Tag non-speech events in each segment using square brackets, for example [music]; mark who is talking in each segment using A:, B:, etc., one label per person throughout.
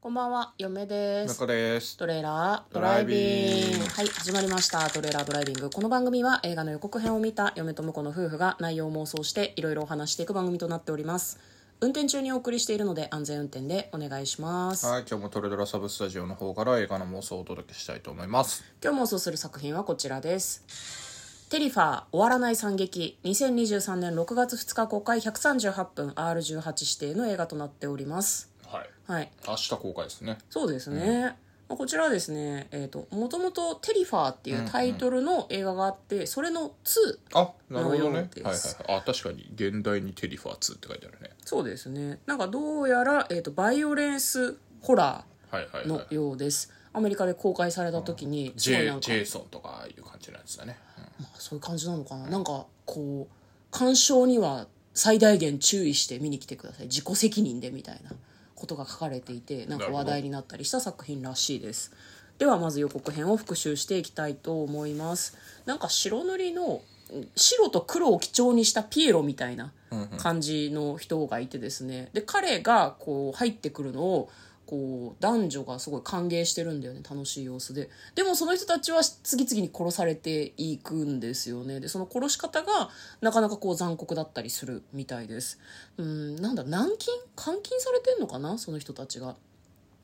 A: こんばんは、嫁です。
B: 中です。
A: トレーラード
B: ド
A: ラ
B: ラ
A: イ
B: イ
A: ビ
B: ビ
A: ン
B: ン
A: グ。
B: グ
A: はい、始まりました。トレーラードライビング。この番組は映画の予告編を見た嫁と婿の夫婦が内容を妄想していろいろお話していく番組となっております。運転中にお送りしているので安全運転でお願いします。
B: はい、今日もトレドラサブスタジオの方から映画の妄想をお届けしたいと思います。
A: 今日妄想する作品はこちらです。テリファー終わらない惨劇2023年6月2日公開138分 R18 指定の映画となっております。
B: はい。
A: はい。
B: 明日公開ですね。
A: そうですね、まあこちらはですねえーともともと「テリファー」っていうタイトルの映画があって、それの2
B: あ、なるほどね。は
A: ないるほ
B: は
A: どで
B: いはい
A: す。
B: あ、確かに、現代にテリファー2って書いてあるね。
A: そうですねなんかどうやら、えー、とバイオレンスホラ
B: はいはい
A: ー
B: は
A: の
B: い。
A: ようです、アメリカで公開された時にすごいなん
B: J、
A: か
B: ジェイソンとかああいう感じのやつだね。うん
A: そういう感じなのかななんかこう鑑賞には最大限注意して見に来てください自己責任でみたいなことが書かれていてなんか話題になったりした作品らしいですではまず予告編を復習していきたいと思いますなんか白塗りのうん白と黒を基調にしたピエロみたいな感じの人がいてですねで彼がこう入ってくるのをこう男女がすごい歓迎してるんだよね楽しい様子ででもその人たちは次々に殺されていくんですよねでその殺し方がなかなかこう残酷だったりするみたいですうんなんだ軟禁監禁されてんのかなその人たちが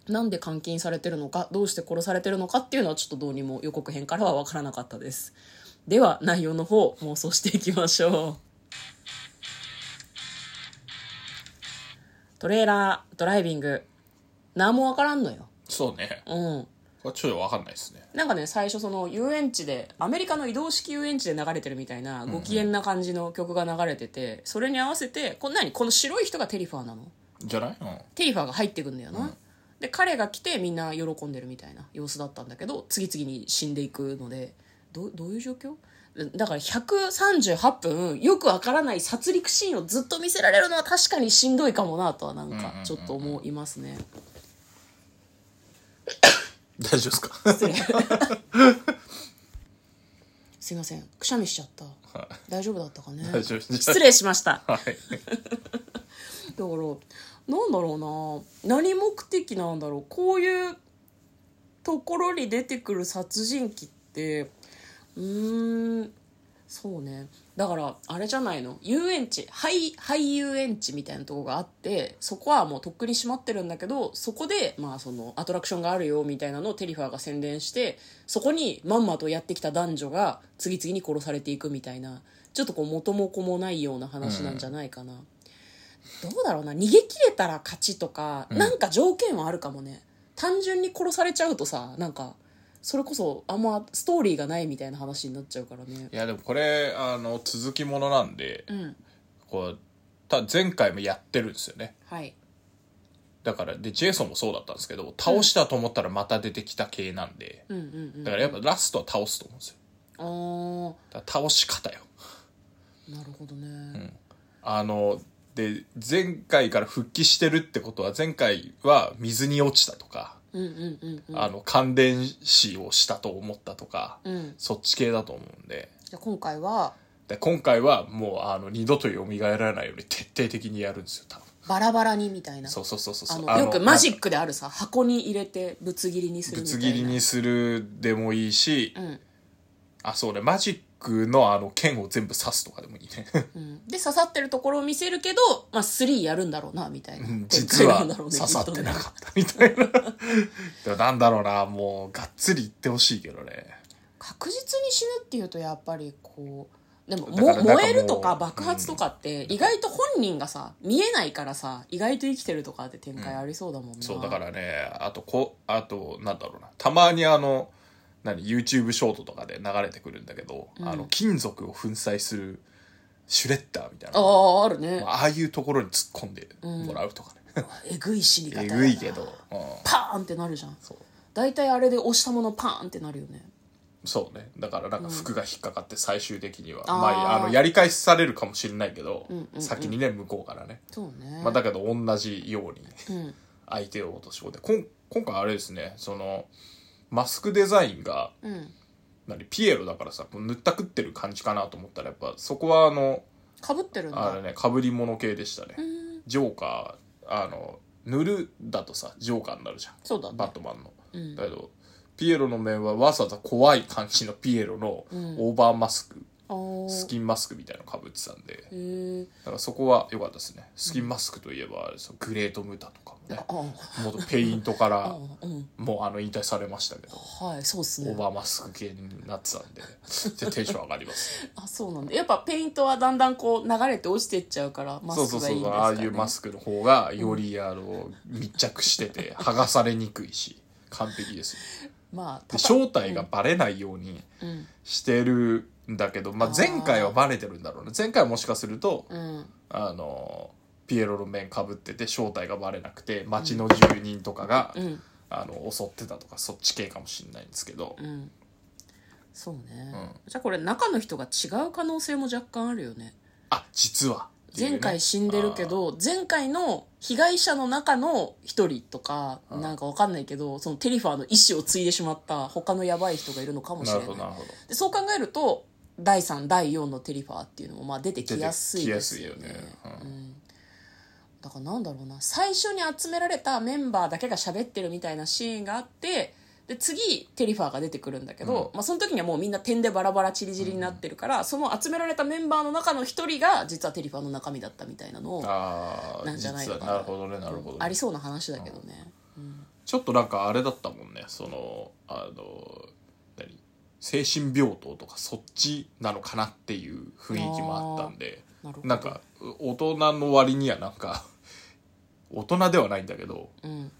A: なんで監禁されてるのかどうして殺されてるのかっていうのはちょっとどうにも予告編からは分からなかったですでは内容の方妄想していきましょうトレーラードライビング何も分からんのよ
B: そうね。
A: うん
B: これちょっとわかんないですね。
A: なんかね最初その遊園地でアメリカの移動式遊園地で流れてるみたいなご機嫌な感じの曲が流れてて、それに合わせてこんなにこの白い人がテリファーなの
B: じゃないうん。
A: テリファーが入ってくんだよな、で彼が来てみんな喜んでるみたいな様子だったんだけど次々に死んでいくのでどうどういう状況だから138分よくわからない殺戮シーンをずっと見せられるのは確かにしんどいかもなとはなんかちょっと思いますね、
B: [laughs] 大丈夫ですか
A: 失礼すいませんくしゃみしちゃった
B: はい
A: 大丈夫だったかね
B: 大丈夫です。
A: 失礼しました
B: は
A: だ
B: い。
A: からなんだろうな何目的なんだろうこういうところに出てくる殺人鬼ってうーんそうねだからあれじゃないの遊園地廃廃遊園地みたいなとこがあってそこはもうとっくに閉まってるんだけどそこでまあそのアトラクションがあるよみたいなのをテリファーが宣伝してそこにまんまとやってきた男女が次々に殺されていくみたいなちょっとこう元も子もないような話なんじゃないかな、どうだろうな逃げ切れたら勝ちとか、なんか条件はあるかもね単純に殺されちゃうとさなんかそれこそあんまストーリーがないみたいな話になっちゃうからね
B: いや、でもこれ、あの、続きものなんで、
A: うん
B: こう、た前回もやってるんですよね。
A: はい
B: だから、で、ジェイソンもそうだったんですけど、倒したと思ったらまた出てきた系なんで、
A: うんうんうん
B: だからやっぱラストは倒すと思うんですよ。
A: あー
B: だから倒し方よ。
A: なるほどね、
B: あの、で、前回から復帰してるってことは、前回は水に落ちたとか、
A: うん、うんうんうん
B: あの、感電死をしたと思ったとか、
A: うん
B: そっち系だと思うんで、
A: じゃあ今回は
B: で今回はもう、あの、二度と蘇らないように徹底的にやるんですよ、多分。
A: バラバラにみたいな
B: そうそうそうそう
A: あ
B: そう。
A: のよくマジ
B: ッ
A: ックであるさ箱に入れてぶつ切りにする
B: ぶ
A: みた
B: つ
A: いな
B: 切りにするでもいいし、
A: うん、
B: あ、そうね、マジックのあの、剣を全部刺すとかでもいいね。
A: うん、で刺さってるところを見せるけど、まあ、3やるんだろうなみたいな
B: うん
A: 展開
B: 実は
A: なんだろう
B: 刺
A: ね
B: さって
A: きとね
B: なかったみたいな。でもなんだろうな、もう、がっつり言ってほしいけどね。
A: 確実に死ぬっていうとやっぱりこうでも
B: だから
A: も
B: なんかもう
A: 燃えるとか爆発とかって意外と本人がさ見えないからさ意外と生きてるとかって展開ありそうだもんな、
B: そう、だからね、あと、こう、あと、なんだろうな、たまにあの、何、YouTube ショートとかで流れてくるんだけど、
A: ん
B: あの、金属を粉砕するシュレッダーみたいな。あ
A: あああるね
B: あいうところに突っ込んでもらうとか
A: [laughs]
B: ね。
A: えぐい死に方
B: え
A: やな
B: ぐいけど、うん、
A: パーンってなるじゃん
B: そう。
A: 大体あれで押したものパーンってなるよね
B: そうね。だからなんか服が引っかかって最終的には、
A: あー
B: まあ、あの、やり返されるかもしれないけど、
A: んうんうん
B: 先にね、向こうからね。
A: そうね、
B: まあ、だけど同じように [laughs]
A: うん
B: 相手を落とし込んで、こん今回あれですね、その、マスクデザインが、
A: うん
B: 何ピエロだからさこう塗ったくってる感じかなと思ったらやっぱそこはあの
A: かぶってるん
B: あ
A: だ
B: れねかぶり物系でしたね
A: うん
B: ジョーカーあの塗るだとさジョーカーになるじゃん
A: そうだね
B: バットマンの、だけどピエロの面はわざわざ怖い感じのピエロのオーバーマスク、
A: あー
B: スキンマスクみたいなのかぶってたんで
A: へー
B: だからそこは良かったですねスキンマスクといえば、そのグレート・ムタとかもね
A: あ
B: 元ペイントから
A: あうん
B: もうあの引退されましたけど
A: はいそうっす
B: オー
A: ね
B: バーマスク系になってたんで [laughs] じゃあテンション上がります、
A: あそうなんだやっぱペイントはだんだんこう流れて落ちてっちゃうから [laughs] マ
B: そう
A: ス
B: そう
A: クがい
B: そ
A: いんです
B: うそう
A: か、ね、
B: ああいうマスクの方がよりあの密着し
A: [laughs]
B: てて剥がされにくいし完璧ですよ
A: まあ
B: で
A: ただ
B: 正体がバレないように
A: うん
B: してるんだけど、まあ、前回はバレてるんだろうね前回はもしかすると、
A: うん
B: あのピエロの面かぶってて正体がバレなくて町の住人とかが、
A: うん
B: あの襲ってたとかそっち系かもしれないんですけど、
A: うんそうね、じゃあこれ中の人が違う可能性も若干あるよね
B: あ実はっていうね
A: 前回死んでるけど前回の被害者の中の一人とかなんかわかんないけどそのテリファーの意思を継いでしまった他のやばい人がいるのか
B: あ
A: も
B: ー
A: し
B: な
A: れ
B: る
A: ない
B: ほどなるほど
A: でそう考えると第3第4のテリファーっていうのもまあ出てきやすいですよね
B: 出てきやすいよねうん
A: うんだからなんだろうな最初に集められたメンバーだけが喋ってるみたいなシーンがあってで次テリファーが出てくるんだけど、まあ、その時にはもうみんな点でバラバラチリチリになってるから、その集められたメンバーの中の一人が実はテリファーの中身だったみたいなのを
B: あ
A: な
B: あ
A: んじゃない
B: 実
A: の
B: は
A: かな
B: なるほどねなるほどね、
A: ありそうな話だけどね、
B: ちょっとなんかあれだったもんねそのあの何精神病棟とかそっちなのかなっていう雰囲気もあったんで
A: あーなるほど
B: んかう大人の割にはなんか [laughs] 大人ではないんだけど
A: うん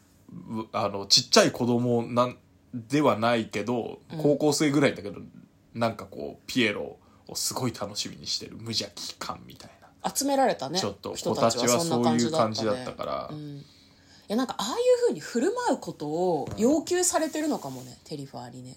B: うあのちっちゃい子供なんではないけど高校生ぐらいだけど、なんかこうピエロをすごい楽しみにしてる無邪気感みたいな、
A: 集められたね
B: ちょっと子
A: 人
B: た
A: た
B: ち
A: ち
B: は
A: は
B: そ
A: そん
B: う
A: な感
B: い
A: じ
B: う
A: だ
B: 感
A: っ
B: じ
A: た
B: だ
A: ね
B: ったから、
A: うんいやなんかああいうふうに振る舞うことを要求されてるのかもね、テリファーにね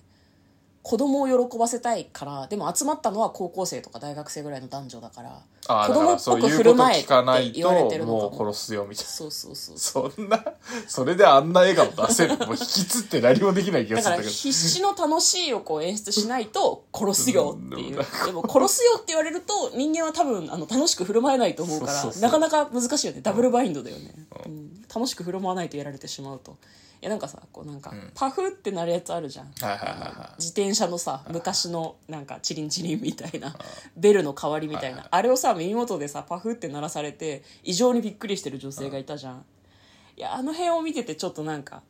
A: 子供を喜ばせたいからでも集まったのは高校生とか大学生ぐらいの男女だから
B: あー
A: 子
B: だか
A: 供
B: ら
A: っ
B: そ
A: ぽ
B: う
A: く
B: いう
A: 振
B: こと
A: る舞えっ
B: 聞かない
A: て言われて
B: と
A: るの
B: も
A: か
B: う
A: も
B: 殺すよみたいな [laughs]
A: そうそうそうそ
B: そんな、それであんな笑顔出
A: [laughs]
B: せる。もう引きつって何もできない気
A: う
B: が
A: だ
B: す
A: か
B: る
A: ら
B: んだけど。
A: 必死の楽しいをこう演出しないと殺すよっていうでも殺すよって言われると人間は多分あの楽しく振る舞えないと思うから
B: そうそうそう
A: なかなか難しいよねダブルバインドだよね、うん楽しく振る舞わないとやられてしまうといやなんかさこうなんか、パフってなるやつあるじゃん
B: はいはいはいは
A: 自転車のさ昔のなんかチリンチリンみたいなベルの代わりみたいなあれをさ耳元でさパフって鳴らされて異常にびっくりしてる女性がいたじゃんいやあの辺を見ててちょっとなんか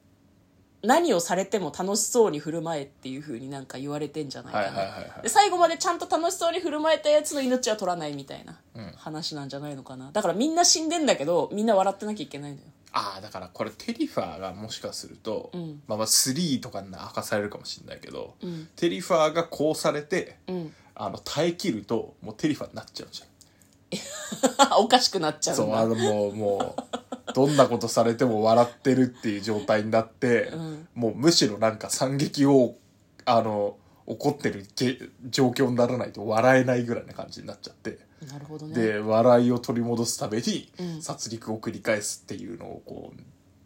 A: 何をされても楽しそうに振る舞えっていう風になんか言われてんじゃないかな、
B: はいはいはいはい
A: で最後までちゃんと楽しそうに振る舞えたやつの命は取らないみたいな話なんじゃないのかなだからみんな死んでんだけどみんな笑ってなきゃいけないのよ
B: ああ、だからこれテリファーがもしかすると、まあまあ3とかに明かされるかもしれないけど、テリファーがこうされて、
A: ん
B: あの、耐え切ると、もうテリファーになっちゃうじゃん。
A: [laughs] おかしくなっちゃう
B: そ
A: ん
B: う、
A: だ
B: あのもう、もう、どんなことされても笑ってるっていう状態になって、もうむしろなんか惨劇を、あの、怒ってるけ状況にならないと笑えないぐらいな感じになっちゃって。
A: なるほどね
B: で笑いを取り戻すために殺戮を繰り返すっていうのをこ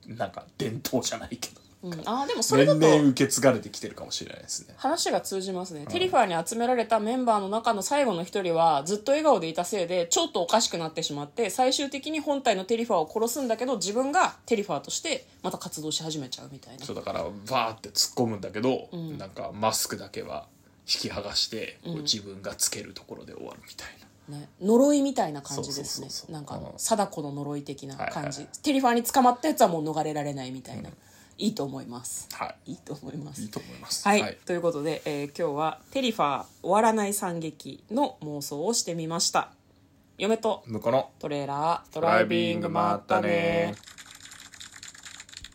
B: うなんか伝統じゃないけ
A: うん、あーでもそ
B: ど
A: れだ
B: 年
A: と
B: 々受け継がれてきてるかもしれないですね
A: 話が通じますね、テリファーに集められたメンバーの中の最後の一人はずっと笑顔でいたせいでちょっとおかしくなってしまって最終的に本体のテリファーを殺すんだけど自分がテリファーとしてまた活動し始めちゃうみたいな
B: そうだからバーって突っ込むんだけど、なんかマスクだけは引き剥がして、こう自分がつけるところで終わるみたいな
A: ね、呪いみたいな感じですね
B: そうそうそうそう
A: なんか
B: うん
A: 貞子の呪い的な
B: はい
A: 感じ、
B: はいはい
A: テリファーに捕まったやつはもう逃れられないみたいな、いいと思います
B: はい
A: いいと思います
B: いいと思います
A: はい、ということで、えー今日は「テリファー終わらない惨劇」の妄想をしてみました嫁と
B: 向こうの
A: トレーラード
B: ド
A: ライビングもあったね
B: ー